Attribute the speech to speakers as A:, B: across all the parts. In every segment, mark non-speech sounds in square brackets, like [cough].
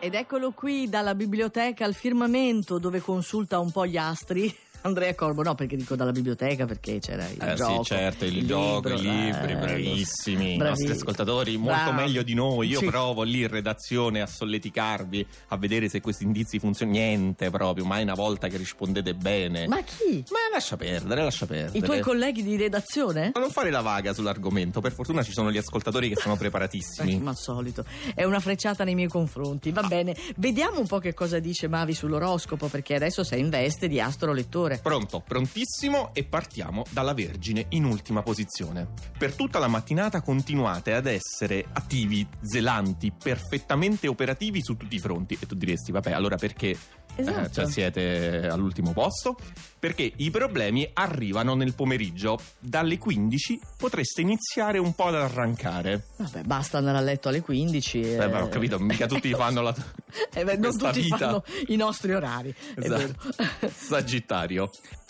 A: Ed eccolo qui dalla biblioteca al firmamento dove consulta un po' gli astri. [laughs] Andrea Corbo, no perché dico dalla biblioteca perché c'era il
B: Eh
A: gioco.
B: sì, certo, il, gioco,
A: libro,
B: i libri,
A: eh,
B: bravissimi, i nostri
A: bravi-
B: ascoltatori, molto
A: bravi.
B: meglio di noi. Io
A: Sì.
B: provo lì in redazione a solleticarvi, a vedere se questi indizi funzionano. Niente proprio, mai una volta che rispondete bene.
A: Ma chi?
B: Ma lascia perdere, lascia perdere.
A: I tuoi colleghi di redazione?
B: Ma non fare la vaga sull'argomento, per fortuna ci sono gli ascoltatori che sono
A: Eh,
B: preparatissimi.
A: ma al solito, è una frecciata nei miei confronti. Va bene, vediamo un po' che cosa dice Mavi sull'oroscopo, perché adesso sei in veste di astro lettore.
B: Pronto, prontissimo e partiamo dalla Vergine in ultima posizione. Per tutta la mattinata continuate ad essere attivi, zelanti, perfettamente operativi su tutti i fronti. E tu diresti, vabbè, allora perché
A: Esatto.
B: eh, cioè siete all'ultimo posto? Perché i problemi arrivano nel pomeriggio. Dalle 15 potreste iniziare un po' ad arrancare.
A: Vabbè, basta andare a letto alle 15.
B: Eh,
A: e-
B: beh, ho capito,
A: [laughs]
B: mica tutti fanno la...
A: Eh beh, non
B: questa
A: tutti
B: vita.
A: fanno i nostri orari. è
B: Esatto.
A: vero.
B: [laughs] Sagittario.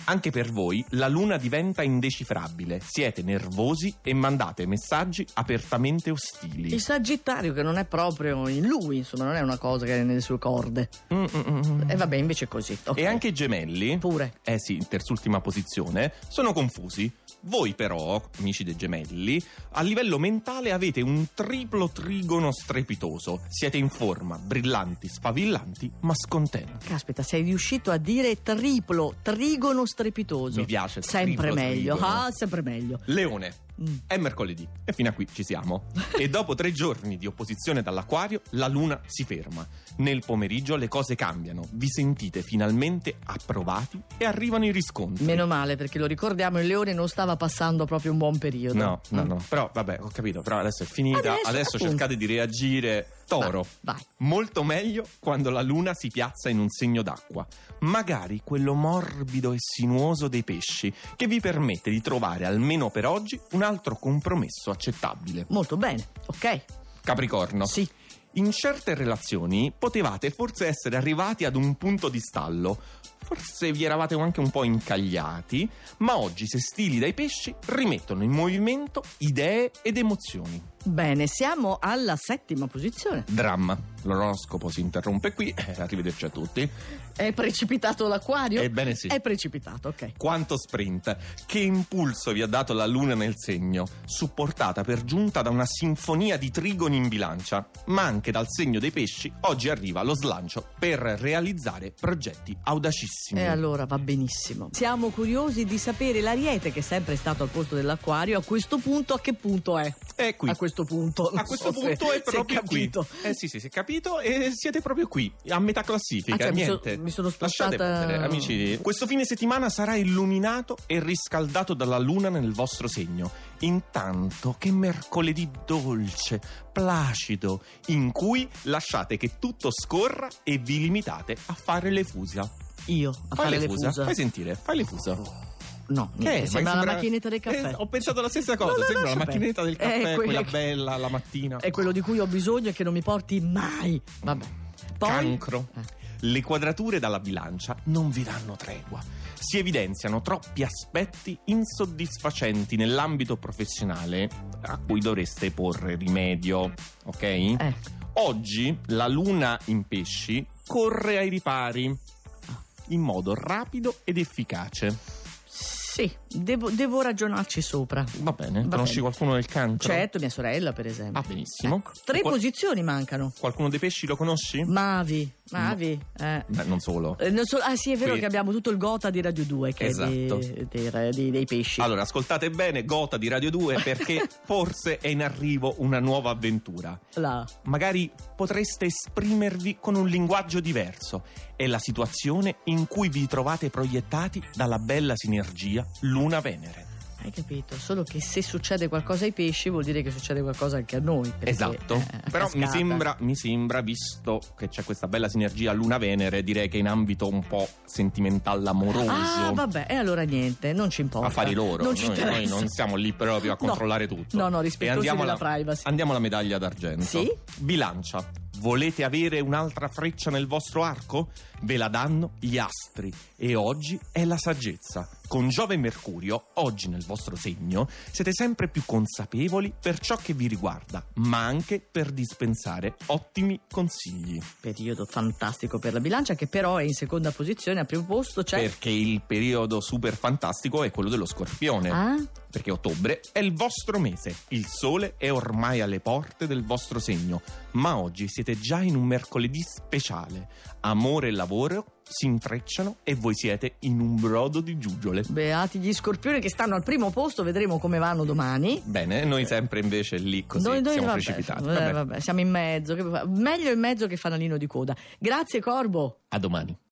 B: Anche per voi la luna diventa indecifrabile. Siete nervosi e mandate messaggi apertamente ostili.
A: Il Sagittario che non è proprio in lui, insomma, non è una cosa che è nelle sue corde.
B: Mm, mm, mm.
A: E vabbè, invece è così. Eh, ok.
B: E anche i gemelli,
A: pure.
B: eh sì, in terz'ultima posizione, sono confusi. Voi però, amici dei gemelli, a livello mentale avete un triplo trigono strepitoso. Siete in forma, brillanti, spavillanti, ma scontenti.
A: Caspita, sei riuscito a dire triplo, trigono strepitoso.
B: Mi piace.
A: Sempre
B: triplo
A: meglio,
B: trigono.
A: ah, sempre meglio.
B: Leone,
A: Mm.
B: È mercoledì e fino a qui
A: [laughs]
B: ci siamo. E dopo tre giorni di opposizione dall'acquario, la luna si ferma. Nel pomeriggio le cose cambiano, vi sentite finalmente approvati e arrivano i riscontri.
A: Meno male, perché lo ricordiamo, il leone non stava passando proprio un buon periodo.
B: No, no,
A: Mm.
B: no. Però vabbè, ho capito, però adesso è finita.
A: Adesso,
B: Adesso,
A: appunto. Ah.
B: cercate di reagire. Toro.
A: Vai, vai.
B: Molto meglio quando la luna si piazza in un segno d'acqua, magari quello morbido e sinuoso dei pesci, che vi permette di trovare almeno per oggi un altro compromesso accettabile.
A: Molto bene, ok.
B: Capricorno.
A: Sì.
B: In certe relazioni potevate forse essere arrivati ad un punto di stallo, forse vi eravate anche un po' incagliati, ma oggi se stili dai pesci rimettono in movimento idee ed emozioni.
A: Bene, siamo alla settima posizione.
B: Dramma. L'oroscopo si interrompe qui, eh, arrivederci a tutti.
A: È precipitato l'acquario?
B: Ebbene Eh sì.
A: È precipitato, ok.
B: Quanto sprint, che impulso vi ha dato la luna nel segno, supportata per giunta da una sinfonia di trigoni in bilancia, ma anche dal segno dei pesci oggi arriva lo slancio per realizzare progetti audacissimi.
A: E allora va benissimo. Siamo curiosi di sapere l'ariete, che è sempre stato al posto dell'acquario, a questo punto a che punto è?
B: È qui.
A: A questo punto. non
B: A questo
A: so
B: punto
A: se-
B: è
A: se
B: proprio qui.
A: capito.
B: Eh sì, sì, si è capito e siete proprio qui, a metà
A: Ah,
B: classifica,
A: cioè, mi so-
B: niente.
A: mi sono
B: Lasciate
A: spostata-
B: perdere, amici. Questo fine settimana sarà illuminato e riscaldato dalla luna nel vostro segno. Intanto che mercoledì dolce, placido, in cui lasciate che tutto scorra e vi limitate a fare le fusa.
A: Io, a
B: Fai
A: fare le fusa.
B: Fai sentire, fai le fusa.
A: No,
B: Che è?
A: niente,
B: Ma
A: sembra la macchinetta del caffè.
B: Eh, ho pensato la stessa cosa,
A: No, no,
B: sembra la
A: lascia
B: macchinetta del
A: perdere.
B: caffè,
A: Eh,
B: quella
A: quella-
B: bella la mattina.
A: È quello di cui ho bisogno e che non mi porti mai. Vabbè. Poi...
B: Cancro.
A: Eh.
B: Le quadrature dalla bilancia non vi danno tregua. Si evidenziano troppi aspetti insoddisfacenti nell'ambito professionale a cui dovreste porre rimedio, ok?
A: Eh.
B: Oggi la luna in pesci corre ai ripari in modo rapido ed efficace.
A: Sì, devo, devo ragionarci sopra.
B: Va bene,
A: Va
B: conosci
A: bene.
B: qualcuno del cancro?
A: Certo, mia sorella, per esempio.
B: Ah, benissimo.
A: Ecco, Tre
B: Qual-
A: posizioni mancano.
B: Qualcuno dei pesci lo conosci?
A: Mavi, Mavi. eh.
B: Beh, non solo.
A: Eh, non so- ah sì, è vero
B: Qui-
A: che abbiamo tutto il gota di Radio 2 che
B: Esatto.
A: è di- dei- dei- dei pesci.
B: Allora, ascoltate bene Gota di Radio 2
A: [laughs]
B: perché forse è in arrivo una nuova avventura.
A: La-
B: Magari potreste esprimervi con un linguaggio diverso. È la situazione in cui vi trovate proiettati dalla bella sinergia Luna-Venere.
A: Hai capito? Solo che se succede qualcosa ai pesci vuol dire che succede qualcosa anche a noi. perché,
B: Esatto,
A: eh, a
B: però mi
A: cascata.
B: sembra, mi sembra, visto che c'è questa bella sinergia Luna-Venere, direi che in ambito un po' sentimental amoroso.
A: Ah, vabbè, e allora niente, non ci importa.
B: affari loro.
A: Non ci
B: noi,
A: interessa.
B: noi non siamo lì proprio a
A: No.
B: controllare tutto.
A: No, no,
B: E
A: rispettosi
B: andiamo
A: della
B: alla-
A: privacy.
B: Andiamo alla medaglia d'argento.
A: Sì?
B: Bilancia. Volete avere un'altra freccia nel vostro arco? Ve la danno gli astri. E oggi è la saggezza. Con Giove e Mercurio, oggi nel vostro segno, siete sempre più consapevoli per ciò che vi riguarda, ma anche per dispensare ottimi consigli.
A: Periodo fantastico per la bilancia che però è in seconda posizione, a primo posto c'è...
B: Perché il periodo super fantastico è quello dello scorpione.
A: Ah?
B: Perché ottobre è il vostro mese, il sole è ormai alle porte del vostro segno, ma oggi siete già in un mercoledì speciale. Amore e lavoro si intrecciano e voi siete in un brodo di giugiole.
A: Beati gli scorpioni che stanno al primo posto, vedremo come vanno domani.
B: Bene, noi sempre invece lì così siamo
A: vabbè,
B: precipitati.
A: Eh, vabbè,
B: Vabbè,
A: vabbè, siamo in mezzo, che- meglio in mezzo che fanalino di coda. Grazie Corbo.
B: A domani.